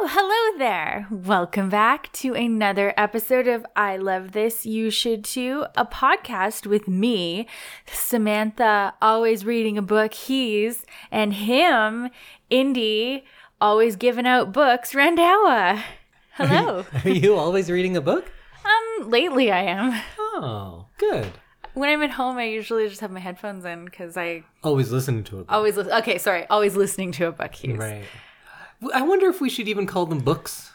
Oh, there. Welcome back to another episode of I Love This, You Should Too, a podcast with me, Samantha, always reading a book, he's, and him, Indy, always giving out books, Randawa. Hello. Are you always reading a book? um, lately I am. Oh, good. When I'm at home, I usually just have my headphones in because I Always listening to a book. always, lis- okay, sorry, always listening to a book, he's. Right. W- I wonder if we should even call them books,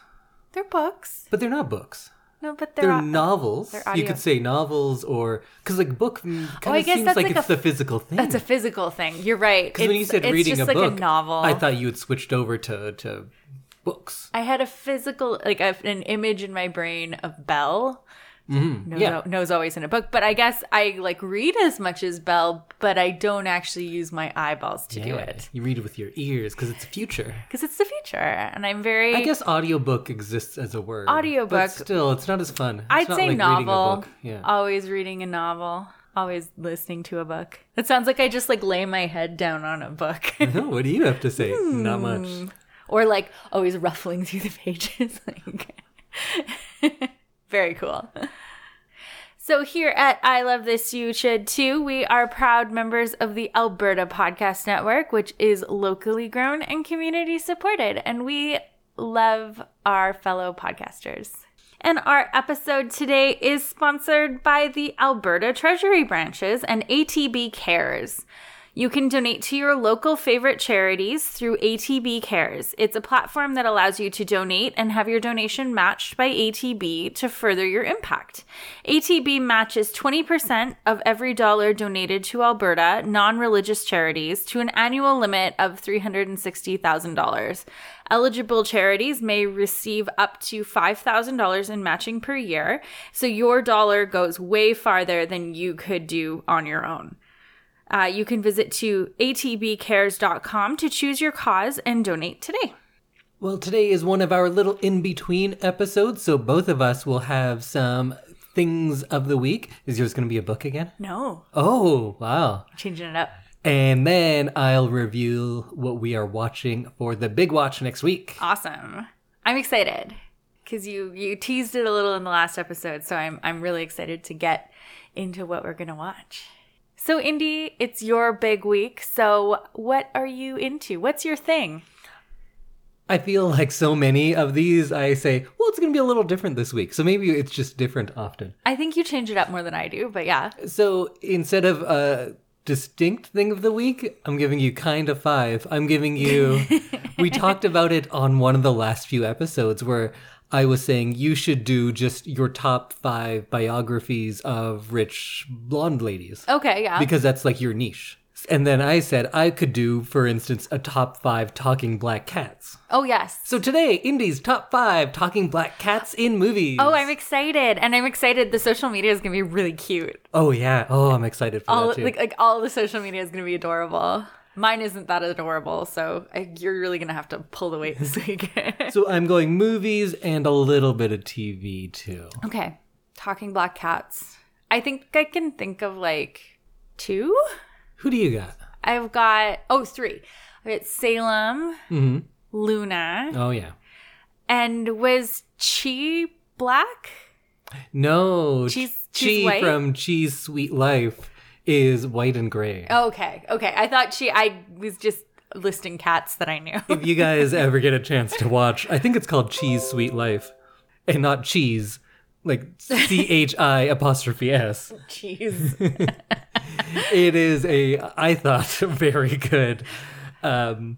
They're books. but they're not books. No, but They're they're, au- novels. you audio. Oh, could say novels or because like book kind of I guess seems that's like, like a it's the physical thing. That's a physical thing. You're right. because when you said reading it's just a like book, a novel. I thought you had switched over to to books. I had a physical, like a, an image in my brain of Belle. Knows, Mm-hmm. yeah. knows always in a book, but I guess I like read as much as Belle, but I don't actually use my eyeballs to do Yeah, it You read it with your ears because it's future. because it's the future, and I'm very. I guess audiobook exists as a word. Audiobook. But still, it's not as fun. It's I'd not say like reading a novel. book. Yeah. Always reading a novel. Always listening to a book. It sounds like I just like lay my head down on a book, No, what do you have to say? Not much. Hmm. or like always ruffling through the pages. like, very cool. So here at I Love This You Should Too, we are proud members of the Alberta Podcast Network, which is locally grown and community supported, and we love our fellow podcasters. And our episode today is sponsored by the Alberta Treasury Branches and ATB Cares. You can donate to your local favorite charities through ATB Cares. It's a platform that allows you to donate and have your donation matched by ATB to further your impact. ATB matches 20% of every dollar donated to Alberta non religious charities to an annual limit of $360,000. Eligible charities may receive up to $5,000 in matching per year, so your dollar goes way farther than you could do on your own. Uh, you can visit to atbcares.com to choose your cause and donate today. Well, today is one of our little in between episodes, so both of us will have some things of the week. Is yours going to be a book again? No, Oh, wow. changing it up. And then I'll reveal what we are watching for the big watch next week. Awesome. I'm excited because you you teased it a little in the last episode, so I'm I'm really excited to get into what we're gonna watch. So, Indy, it's your big week. So, what are you into? What's your thing? I feel like so many of these, I say, well, it's going to be a little different this week. So maybe it's just different often. I think you change it up more than I do, but yeah. So instead of a distinct thing of the week, I'm giving you kind of five. I'm giving you. we talked about it on one of the last few episodes where I was saying you should do just your top five biographies of rich blonde ladies Okay, yeah. because that's like your niche. And then I said I could do, for instance, a top five talking black cats. oh yes. So today, Indy's top five talking black cats in movies. Oh, I'm excited, and I'm excited. The social media is gonna be really cute. oh yeah. Oh, I'm excited for all that too. like like all the social media is gonna be adorable. Mine isn't that adorable, so I, you're really gonna have to pull the weight this week. So I'm going movies and a little bit of TV too. okay, talking black cats. I think I can think of like two. Who do you got? I've got oh three. It's Salem, Mm-hmm. Luna, Oh yeah. and was Chi black? No, Cheese- Chi Cheese White? from Cheese Sweet Life is white and gray. Oh. Okay, okay. I thought she. I was just listing cats that I knew. If you guys ever get a chance to watch, I think it's called Cheese Sweet Life, and not cheese, like C H I apostrophe S. Cheese. It is a I thought very good um,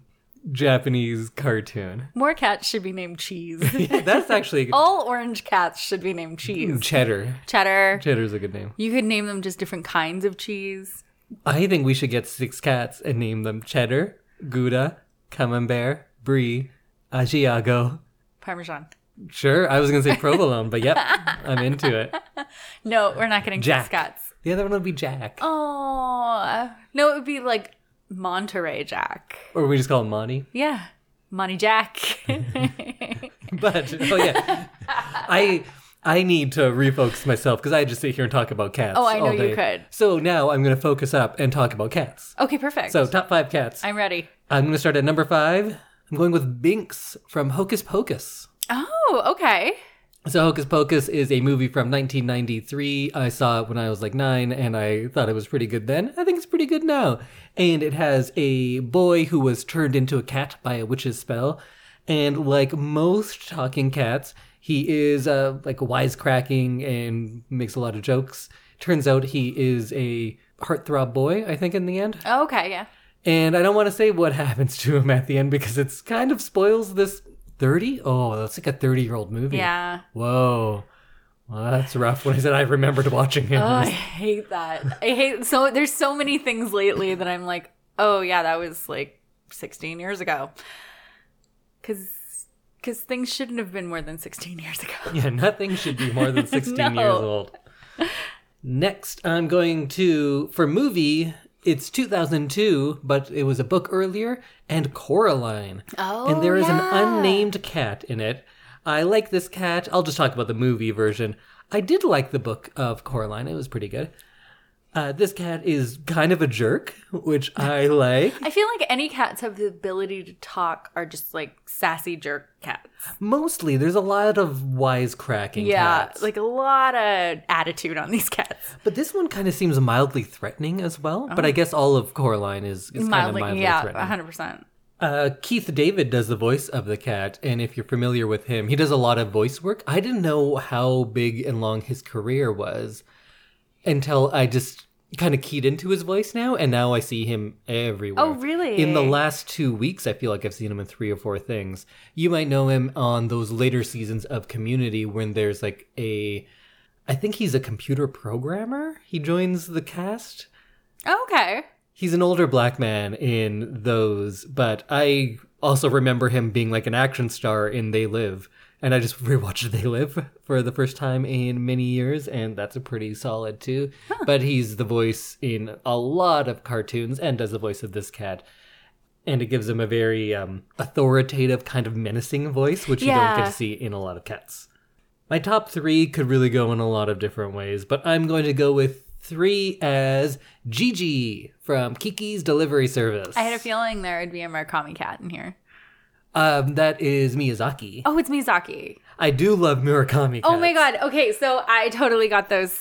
Japanese cartoon. More cats should be named Cheese. That's actually All orange cats should be named Cheese. cheddar. cheddar. Cheddar's a good name. You could name them just different kinds of cheese. I think we should get six cats and name them Cheddar, Gouda, Camembert, Brie, Asiago. Parmesan. Sure, I was gonna say provolone, but yep, I'm into it. No, we're not getting Jack. Jack. Cats. The other one would be Jack, Oh, no, it would be like Monterey Jack. or we just call him Monty. Yeah, Monty Jack. But oh yeah, I I need to refocus myself because I just sit here and talk about cats. Oh, I know all you day. could. So now I'm gonna focus up and talk about cats. okay, perfect. So top five cats. I'm ready. I'm gonna start at number five. I'm going with Binks from Hocus Pocus. Oh, okay. So Hocus Pocus is a movie from 1993. I saw it when I was like nine, and I thought it was pretty good then. I think it's pretty good now. And it has a boy who was turned into a cat by a witch's spell, and like most talking cats, he is uh, like wisecracking and makes a lot of jokes. Turns out he is a heartthrob boy. I think in the end. Okay, yeah. And I don't want to say what happens to him at the end because it's kind of spoils this 30? Oh, that's like a 30 year old movie. Yeah. Whoa. Well, that's rough when I said I remembered watching it. Oh, I hate that. I hate so there's so many things lately that I'm like, "Oh yeah, that was like 16 years ago." Cuz cuz things shouldn't have been more than 16 years ago. yeah, nothing should be more than 16 No. years old. Next, I'm going to, for movie, it's 2002, but it was a book earlier, and Coraline. Oh. and there is an unnamed cat in it. I like this cat. I'll just talk about the movie version. I did like the book of Coraline. It was pretty good. Uh, this cat is kind of a jerk, which I like. I feel like any cats have the ability to talk are just like sassy jerk cats. Mostly, there's a lot of wisecracking Yeah, cats. like a lot of attitude on these cats. but this one kind of seems mildly threatening as well. But I guess all of Coraline is, is kind of Uh-huh. Mildly, mildly yeah, uh-huh. threatening. 100%. Uh, Keith David does the voice of the cat, and if you're familiar with him, he does a lot of voice work. I didn't know how big and long his career was until I just kind of keyed into his voice now, and now I see him everywhere. Oh, really? In the last two weeks, I feel like I've seen him in three or four things. You might know him on those later seasons of Community when there's like a. I think he's a computer programmer. He joins the cast Okay. he's an older black man in those, but I also remember him being like an action star in They Live. And I just rewatched They Live for the first time in many years, and that's a pretty solid too. But he's the voice in a lot of cartoons and does the voice of this cat. And it gives him a very um, authoritative, kind of menacing voice, which you don't Yeah. get to see in a lot of cats. My top three could really go in a lot of different ways, but I'm going to go with three as Gigi from Kiki's Delivery Service. I had a feeling there would be a Murakami cat in here. Um, that is Miyazaki. Oh, it's Miyazaki. I do love Murakami. Oh my cats. god. Okay, so I totally got those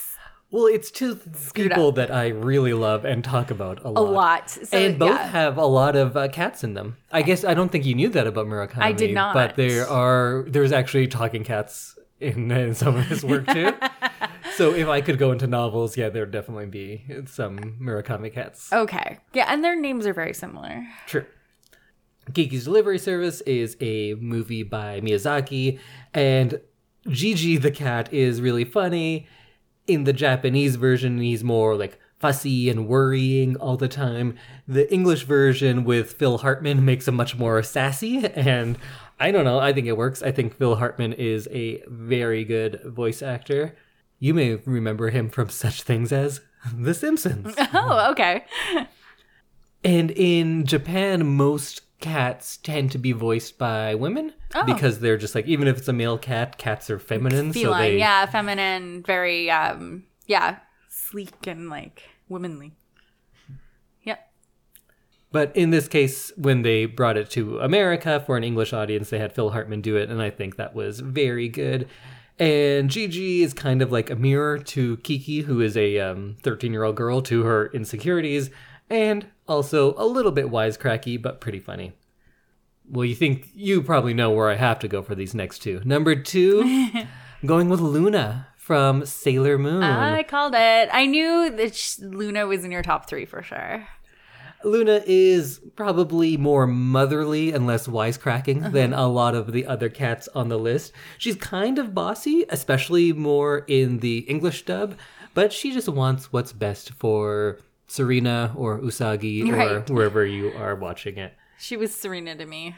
Well, it's two up. people that I really love and talk about a lot. a lot. So, and both yeah. have a lot of uh, cats in them. I guess I don't think you knew that about Murakami. I did not. But there are there's actually talking cats in, in some of his work too. so if I could go into novels, yeah, there'd definitely be some Murakami cats. Okay. Yeah, and their names are very similar. True. Kiki's Delivery Service is a movie by Miyazaki, and Gigi the cat is really funny. In the Japanese version, he's more like fussy and worrying all the time. The English version with Phil Hartman makes him much more sassy, and I don't know, I think it works. I think Phil Hartman is a very good voice actor. You may remember him from such things as The Simpsons. Oh, okay. And in Japan, most cats tend to be voiced by women because they're just like, even if it's a male cat, cats are feminine. Feline, so they, yeah, feminine, very um yeah, sleek and like womanly. Yep. But in this case, when they brought it to America for an English audience, they had Phil Hartman do it, and I think that was very good. And Gigi is kind of like a mirror to Kiki, who is a 13 year old girl, to her insecurities, and also a little bit wisecracky, but pretty funny. Well, you think you probably know where I have to go for these next two. Number two, I'm going with Luna from Sailor Moon. I called it. I knew that sh- Luna was in your top 3 for sure. Luna is probably more motherly and less wisecracking than a lot of the other cats on the list. She's kind of bossy, especially more in the English dub, but she just wants what's best for Serena or Usagi Right. or wherever you are watching it. She was Serena to me.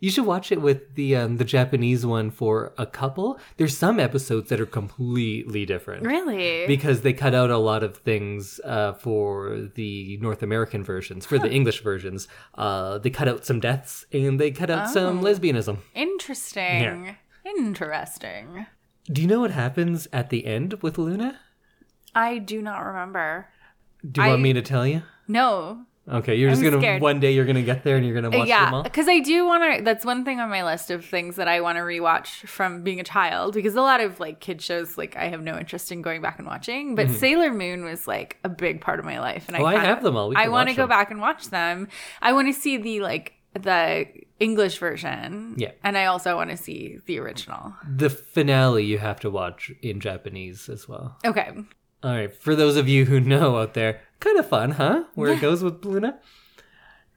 You should watch it with the um, the Japanese one for a couple. There's some episodes that are completely different Really? because they cut out a lot of things uh, for the North American versions, for the English versions. Uh, they cut out some deaths and they cut out Oh. some lesbianism. Interesting. Interesting. Do you know what happens at the end with Luna? I do not remember. Do you want I- me to tell you? No. Okay, you're just I'm gonna scared. one day you're gonna get there and you're gonna watch them Uh, yeah, all. because I do want to. That's one thing on my list of things that I want to rewatch from being a child. Because a lot of like kid shows, like I have no interest in going back and watching. But Sailor Moon was like a big part of my life, and Oh, I kinda- have them all. We Mm-hmm. I can want to watch go them. back and watch them. I want to see the like the English version. Yeah. and I also want to see the original. The finale you have to watch in Japanese as well. Okay, All right, for those of you who know out there, kind of fun, huh? Where it goes with Luna.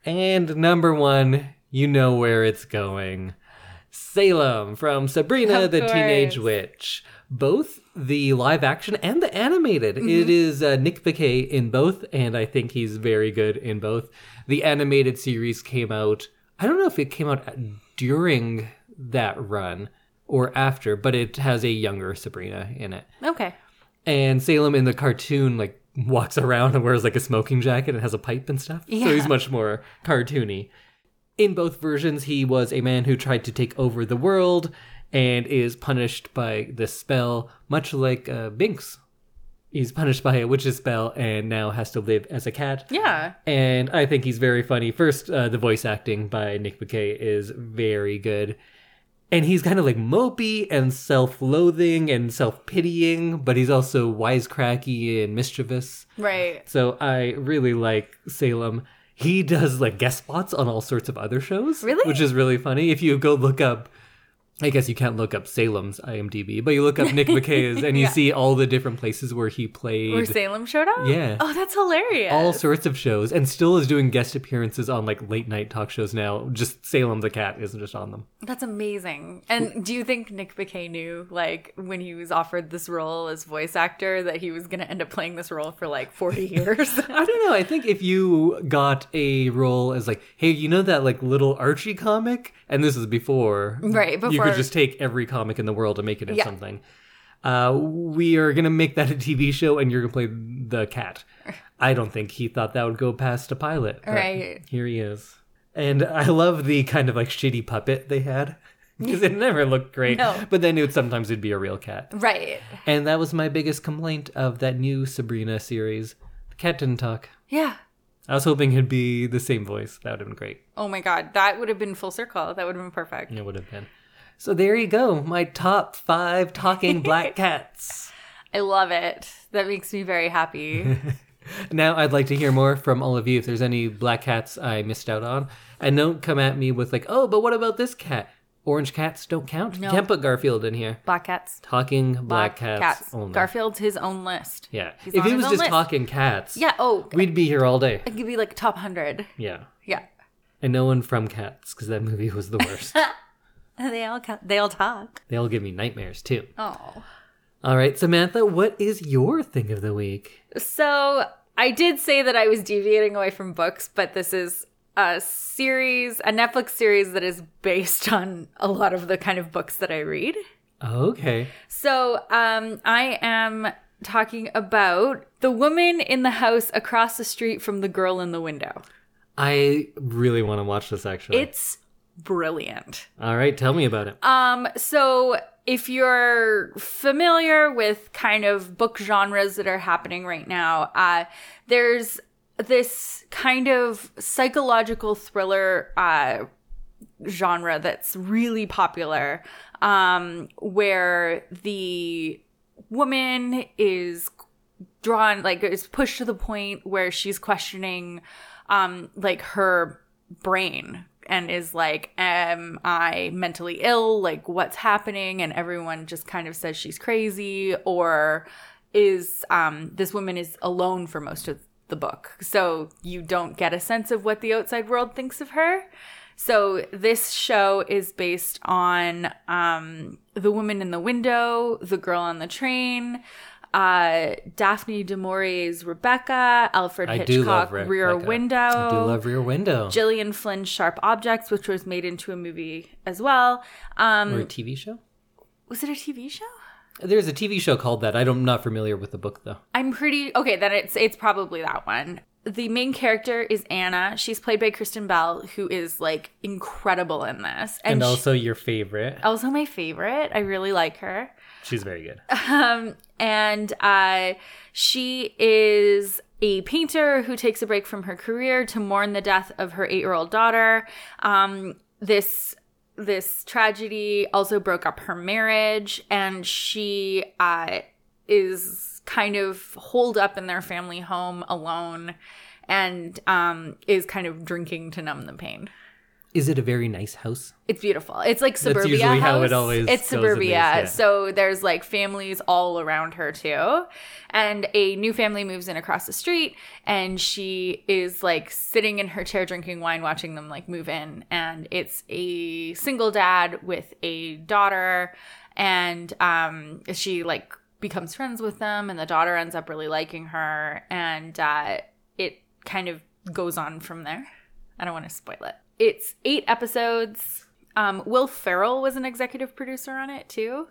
And number one, you know where it's going. Salem from Sabrina Of the Teenage course. Witch. Both the live action and the animated. Mm-hmm. It is uh, Nick Piquet in both, and I think he's very good in both. The animated series came out, I don't know if it came out during that run or after, but it has a younger Sabrina in it okay, and Salem in the cartoon like walks around and wears like a smoking jacket and has a pipe and stuff. So he's Yeah. much more cartoony. In both versions, he was a man who tried to take over the world and is punished by this spell, much like uh, Binks. He's punished by a witch's spell and now has to live as a cat. yeah, And I think he's very funny. First, uh, the voice acting by Nick McKay is very good. And he's kind of like mopey and self loathing and self pitying, but he's also wisecracky and mischievous. right. So I really like Salem. He does like guest spots on all sorts of other shows. Really? Which is really funny. If you go look up, I guess you can't look up Salem's IMDb, but you look up Nick McKay's and you Yeah. see all the different places where he played Where Salem showed up. Yeah. Oh, that's hilarious. all sorts of shows and still is doing guest appearances on like late night talk shows now. Just Salem the Cat isn't just on them. That's amazing. And do you think Nick Bakay knew, like, when he was offered this role as voice actor, that he was going to end up playing this role for like 40 years? I don't know. I think if you got a role as like, hey, you know that like little Archie comic, and this is before, Right, you before- could just take every comic in the world and make it into Yeah. something. Uh, we are gonna make that a TV show, and you're gonna play the cat. I don't think he thought that would go past a pilot. but Right. here he is, and I love the kind of like shitty puppet they had because it never looked great. No. But then it would sometimes it'd be a real cat. right. And that was my biggest complaint of that new Sabrina series. The cat didn't talk. Yeah. I was hoping it'd be the same voice. That would have been great. Oh my God. That would have been full circle. That would have been perfect. It would have been. So there you go. My top five talking black cats. I love it. That makes me very happy. Now I'd like to hear more from all of you if there's any black cats I missed out on. And don't come at me with like, oh, but what about this cat? Orange cats don't count. No. Can't put Garfield in here. Black cats. Talking black, cats, only. Garfield's his own list. yeah. He's if on it his was own just list. talking cats, Yeah. Oh, we'd be here all day. it could be like top 100. Yeah. Yeah. And no one from Cats, because that movie was the worst. They all, ca- they all talk. they all give me nightmares too. Oh. All right, Samantha, what is your thing of the week? So I did say that I was deviating away from books, but this is a series, a Netflix series that is based on a lot of the kind of books that I read. Okay. So um, I am talking about The Woman in the House Across the Street from the Girl in the Window. I really want to watch this actually. It's brilliant. all right, tell me about it. Um, so if you're familiar with kind of book genres that are happening right now, uh, there's this kind of psychological thriller uh, genre that's really popular, um, where the woman is drawn like is pushed to the point where she's questioning um like her brain and is like am i mentally ill like what's happening and everyone just kind of says she's crazy or is um this woman is alone for most of the book so you don't get a sense of what the outside world thinks of her so this show is based on um the woman in the window the girl on the train uh, Daphne du Maurier's Rebecca, Alfred I Hitchcock do love Re- Rear Rebecca. Window, I do love Rear Window. Gillian Flynn's Sharp Objects, which was made into a movie as well. or Um, a TV show? was it a TV show? There's a TV show called that. I'm not familiar with the book though. I'm pretty okay. Then it's it's probably that one. The main character is Anna. She's played by Kristen Bell, who is like incredible in this, And, she- also your favorite. also my favorite. I really like her. She's very good. Um, and uh, she is a painter who takes a break from her career to mourn the death of her eight-year-old daughter. Um, this this tragedy also broke up her marriage, and she uh, is kind of holed up in their family home alone, and um, is kind of drinking to numb the pain. Is it a very nice house? It's beautiful. It's like suburbia. usually house. how it always It's goes in suburbia. these, yeah. So there's like families all around her too, and a new family moves in across the street, and she is like sitting in her chair drinking wine, watching them like move in, and it's a single dad with a daughter, and um, she like becomes friends with them, and the daughter ends up really liking her, and uh, it kind of goes on from there. I don't want to spoil it. It's eight episodes. Um, Will Ferrell was an executive producer on it too,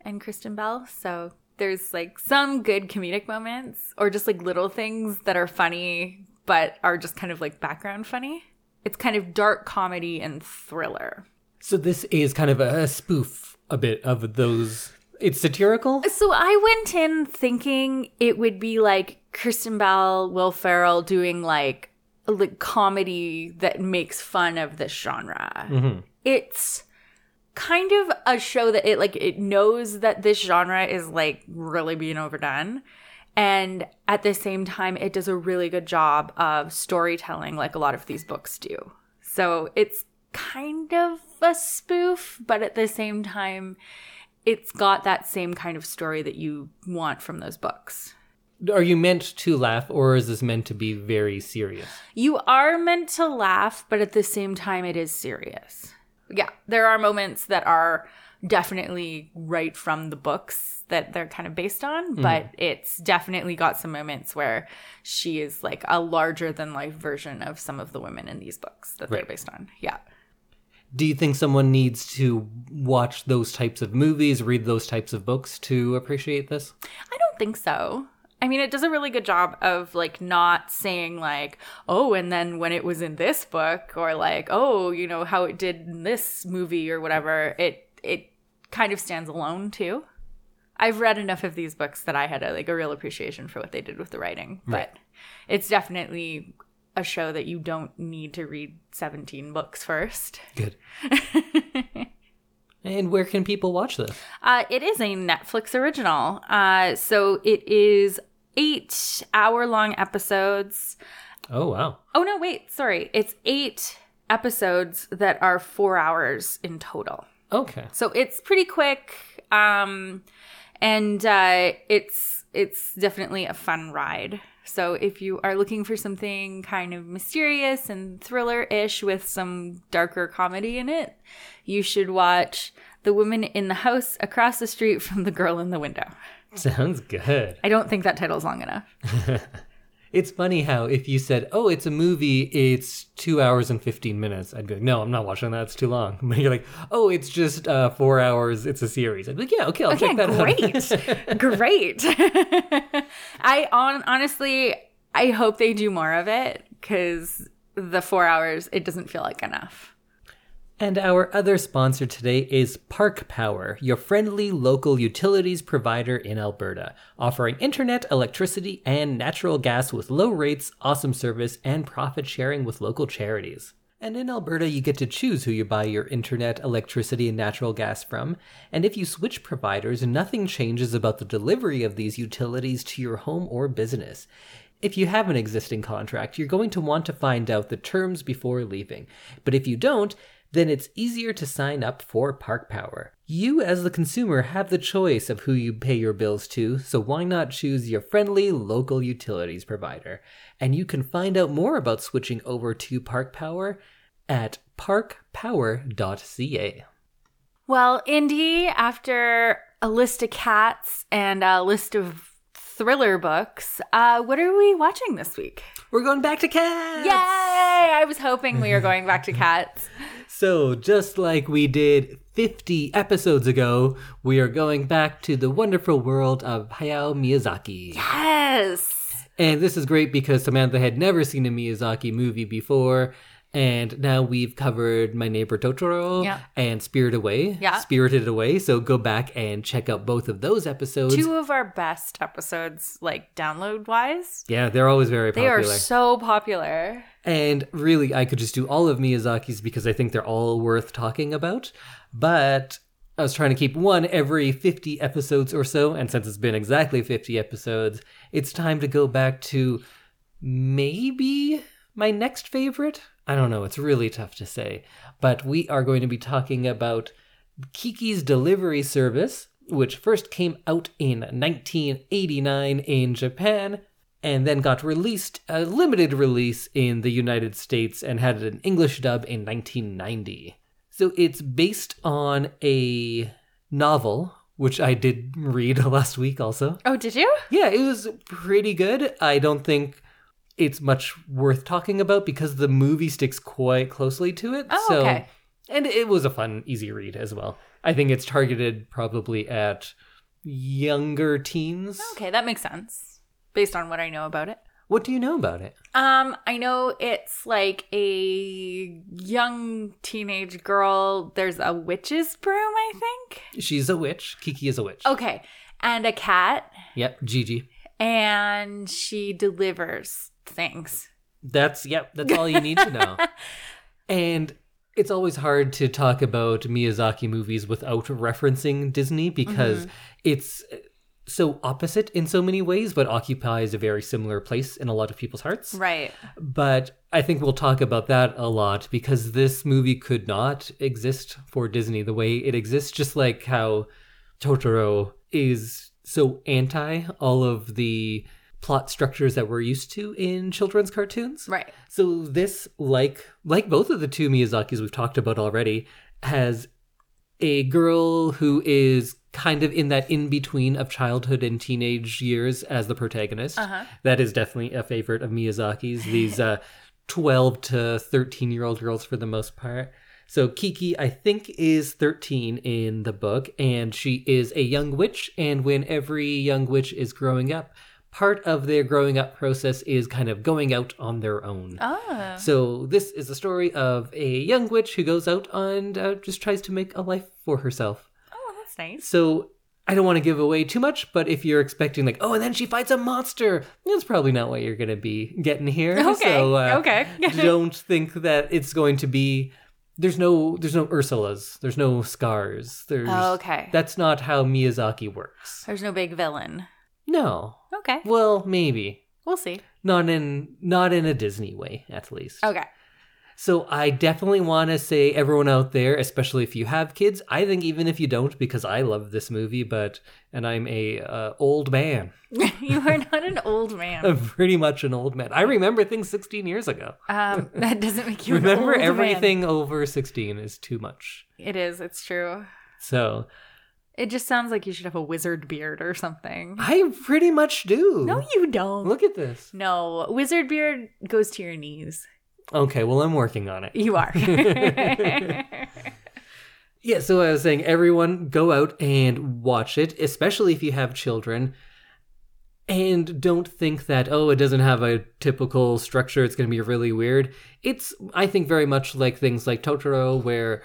and Kristen Bell. So there's like some good comedic moments, or just like little things that are funny, but are just kind of like background funny. It's kind of dark comedy and thriller. So this is kind of a, a spoof a bit of those. It's satirical. So I went in thinking it would be like Kristen Bell, Will Ferrell doing like like comedy that makes fun of this genre. It's kind of a show that it like it knows that this genre is like really being overdone. And at the same time, it does a really good job of storytelling, like a lot of these books do. So it's kind of a spoof, but at the same time, it's got that same kind of story that you want from those books. Are you meant to laugh, or is this meant to be very serious? You are meant to laugh, but at the same time, it is serious. Yeah, there are moments that are definitely right from the books that they're kind of based on, but it's definitely got some moments where she is like a larger than life version of some of the women in these books that they're Right. based on. Yeah. Do you think someone needs to watch those types of movies, read those types of books to appreciate this? I don't think so. I mean, it does a really good job of like not saying like, oh, and then when it was in this book, or like, oh, you know how it did in this movie or whatever. It it kind of stands alone too. I've read enough of these books that I had a, like a real appreciation for what they did with the writing, Right. but it's definitely a show that you don't need to read 17 books first. Good. and where can people watch this? Uh, it is a Netflix original. Uh, so it is eight hour long episodes. Oh wow. Oh, no, wait, sorry. It's eight episodes that are four hours in total. Okay. So it's pretty quick. Um, and uh, it's it's definitely a fun ride. So if you are looking for something kind of mysterious and thriller-ish with some darker comedy in it, you should watch The Woman in the House Across the Street from the Girl in the Window. Sounds good. I don't think that title's long enough. It's funny how if you said, "Oh, it's a movie. It's two hours and fifteen minutes," I'd be like, "No, I'm not watching that. It's too long." But you're like, "Oh, it's just uh, four hours. It's a series." I'd be like, "Yeah, okay, I'll Yeah, check that out." great. great. I on honestly I hope they do more of it cuz the 4 hours it doesn't feel like enough. And our other sponsor today is Park Power, your friendly local utilities provider in Alberta, offering internet, electricity, and natural gas with low rates, awesome service, and profit sharing with local charities. And in Alberta, you get to choose who you buy your internet, electricity, and natural gas from. And if you switch providers, nothing changes about the delivery of these utilities to your home or business. If you have an existing contract, you're going to want to find out the terms before leaving. But if you don't, then it's easier to sign up for Park Power. You, as the consumer, have the choice of who you pay your bills to, so why not choose your friendly local utilities provider? And you can find out more about switching over to Park Power at parkpower.ca. Well, Indy, after a list of cats and a list of thriller books, uh, what are we watching this week? We're going back to cats! Yay! I was hoping we were going back to cats. So, just like we did 50 episodes ago, we are going back to the wonderful world of Hayao Miyazaki. Yes. And this is great because Samantha had never seen a Miyazaki movie before. And now we've covered My Neighbor Totoro Yeah. and Spirit Away. Yeah. Spirited Away. So go back and check out both of those episodes. Two of our best episodes, like download wise. Yeah, they're always very They popular. are so popular. And really, I could just do all of Miyazaki's because I think they're all worth talking about. But I was trying to keep one every 50 episodes or so. And since it's been exactly 50 episodes, it's time to go back to maybe my next favorite. I don't know. It's really tough to say. But we are going to be talking about Kiki's Delivery Service, which first came out in 1989 in Japan and then got released, a limited release in the United States, and had an English dub in 1990. So it's based on a novel, which I did read last week also. Oh, did you? Yeah, it was pretty good. I don't think it's much worth talking about because the movie sticks quite closely to it. Oh, so okay. and it was a fun, easy read as well. I think it's targeted probably at younger teens. Okay, that makes sense based on what I know about it. What do you know about it? Um, I know it's like a young teenage girl. There's a witch's broom, I think. She's a witch. Kiki is a witch. Okay, and a cat, Yep, Gigi. and she delivers things. That's yep, that's all you need to know. and it's always hard to talk about Miyazaki movies without referencing Disney because it's so opposite in so many ways but occupies a very similar place in a lot of people's hearts. Right. But I think we'll talk about that a lot because this movie could not exist for Disney the way it exists, just like how Totoro is so anti all of the plot structures that we're used to in children's cartoons. Right. So this, like like both of the two Miyazakis we've talked about already, has a girl who is kind of in that in between of childhood and teenage years as the protagonist. Uh-huh. That is definitely a favorite of Miyazaki's. These uh, twelve to thirteen year old girls for the most part. So Kiki, I think, is 13 in the book, and she is a young witch. And when every young witch is growing up, part of their growing up process is kind of going out on their own. Oh. So this is the story of a young witch who goes out and uh, just tries to make a life for herself. Oh, that's nice. So I don't want to give away too much, but if you're expecting like, oh, and then she fights a monster, that's probably not what you're going to be getting here. Okay. So, uh, okay. don't think that it's going to be. There's no there's no Ursulas. There's no scars. There's okay. that's not how Miyazaki works. There's no big villain. No. Okay. Well, maybe We'll see. not in not in a Disney way at least. Okay. So I definitely want to say everyone out there, especially if you have kids, I think even if you don't, because I love this movie, but and I'm a uh, old man, you are not an old man. I'm pretty much an old man. I remember things 16 years ago. Um, that doesn't make you an remember old man. everything over 16 is too much. It is. It's true. So It just sounds like you should have a wizard beard or something. I pretty much do. No, you don't. Look at this. No, wizard beard goes to your knees. Okay, well I'm working on it. You are. Yeah, so I was saying everyone go out and watch it, especially if you have children. And don't think that, oh, it doesn't have a typical structure, it's going to be really weird. It's, I think, very much like things like Totoro, where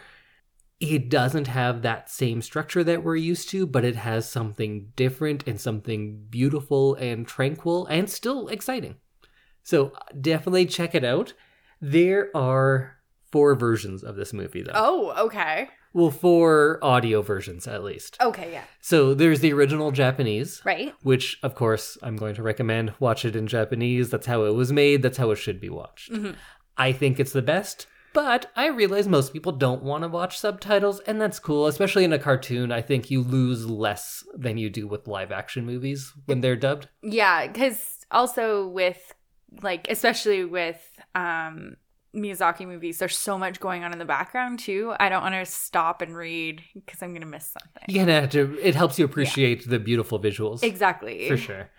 it doesn't have that same structure that we're used to, but it has something different and something beautiful and tranquil and still exciting. So uh, definitely check it out. There are four versions of this movie, though. oh, okay. Well, four audio versions at least. Okay, yeah. So there's the original Japanese, Right? which of course I'm going to recommend. Watch it in Japanese. That's how it was made. That's how it should be watched. Mhm. I think it's the best, but I realize most people don't want to watch subtitles, and that's cool. Especially in a cartoon, I think you lose less than you do with live action movies when they're dubbed. Yeah, because also with, like, especially with um, Miyazaki movies, there's so much going on in the background, too. I don't want to stop and read because I'm going to miss something. You kind of have to. It helps you appreciate the beautiful visuals. Exactly. For sure.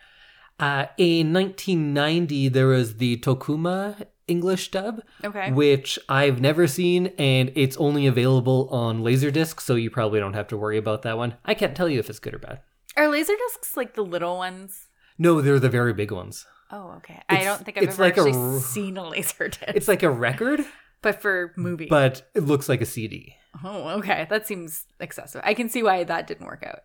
Uh, in 1990, there was the Tokuma English dub, Okay. which I've never seen, and it's only available on Laserdisc, so you probably don't have to worry about that one. I can't tell you if it's good or bad. Are laser discs like the little ones? No, they're the very big ones. Oh, okay. I It's- don't think I've it's ever like a actually r- seen a laser disc. It's like a record, but for movie. but it looks like a CD. oh, okay. That seems excessive. I can see why that didn't work out.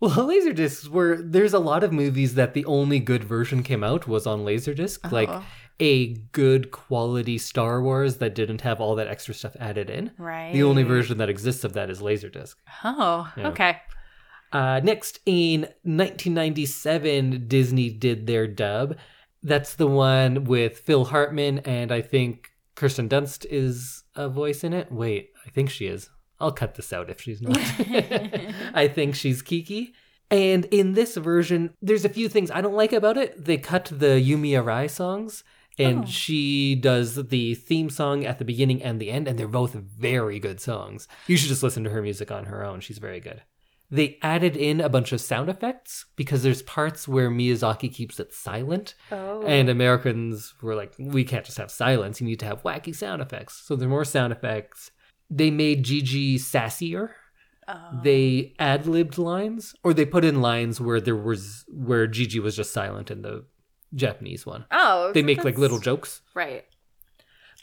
Well, Laserdiscs were there's a lot of movies that the only good version came out was on Laserdisc, like Oh. a good quality Star Wars that didn't have all that extra stuff added in. Right. The only version that exists of that is Laserdisc. Oh, Yeah. okay. Uh, next, in 1997, Disney did their dub. That's the one with Phil Hartman, and I think Kirsten Dunst is a voice in it. Wait, I think she is. I'll cut this out if she's not. I think she's Kiki. And in this version, there's a few things I don't like about it. They cut the Yumi Arai songs, and Oh. she does the theme song at the beginning and the end, and they're both very good songs. You should just listen to her music on her own. She's very good they added in a bunch of sound effects because there's parts where Miyazaki keeps it silent. Oh. And Americans were like, we can't just have silence. You need to have wacky sound effects. So there are more sound effects. They made Gigi sassier. Oh. They ad libbed lines, or they put in lines where there was where Gigi was just silent in the Japanese one. oh. They make like that's- little jokes. Right.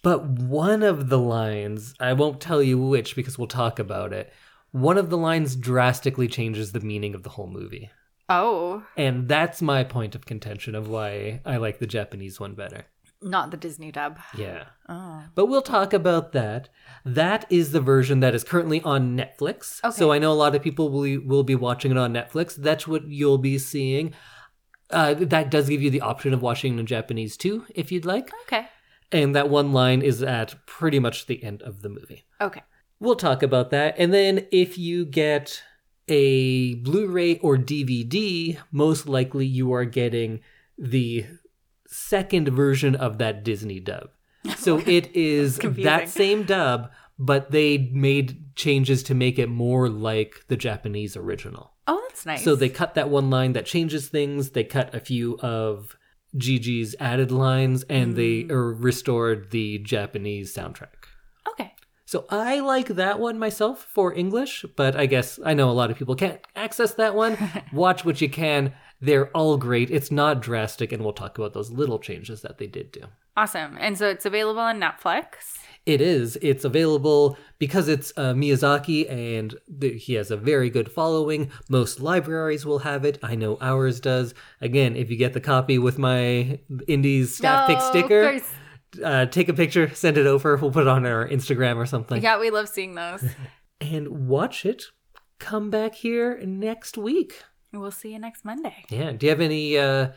But one of the lines, I won't tell you which because we'll talk about it. One of the lines drastically changes the meaning of the whole movie. Oh. And that's my point of contention of why I like the Japanese one better. Not the Disney dub. Yeah. Oh. But we'll talk about that. That is the version that is currently on Netflix. Okay. So I know a lot of people will, will be watching it on Netflix. That's what you'll be seeing. Uh, that does give you the option of watching it in Japanese too, if you'd like. Okay. And that one line is at pretty much the end of the movie. Okay. We'll talk about that. And then if you get a Blu ray or DVD, most likely you are getting the second version of that Disney dub. So it is confusing. that same dub, but they made changes to make it more like the Japanese original. Oh, that's nice. So they cut that one line that changes things. They cut a few of Gigi's added lines, and Mm. they er, restored the Japanese soundtrack. Okay. So I like that one myself for English, but I guess I know a lot of people can't access that one. Watch what you can. They're all great. It's not drastic, and we'll talk about those little changes that they did do. Awesome. And so it's available on Netflix. It is. It's available because it's uh, Miyazaki and th- he has a very good following. Most libraries will have it. I know ours does. Again, if you get the copy with my Indies staff pick Oh, of sticker, course. uh, take a picture, send it over. We'll put it on our Instagram or something. Yeah, we love seeing those. And watch it. Come back here next week. we'll see you next Monday. Yeah. Do you have any uh,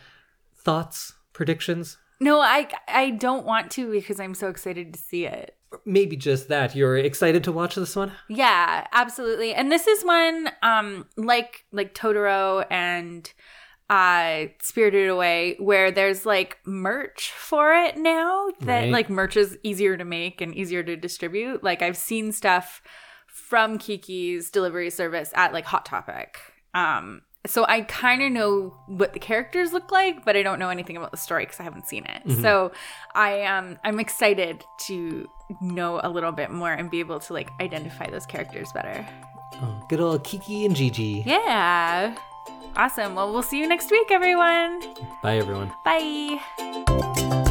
thoughts, predictions? No, I I don't want to because I'm so excited to see it. Maybe just that. You're excited to watch this one? Yeah, absolutely. And this is one um like like Totoro and uh Spirited Away where there's like merch for it now that Right. like merch is easier to make and easier to distribute. Like I've seen stuff from Kiki's delivery service at like Hot Topic. Um so I kind of know what the characters look like, but I don't know anything about the story because I haven't seen it. Mhm. So I um I'm excited to know a little bit more and be able to like identify those characters better. Oh, good old Kiki and Gigi. Yeah. Awesome. Well, we'll see you next week, everyone. Bye, everyone. Bye.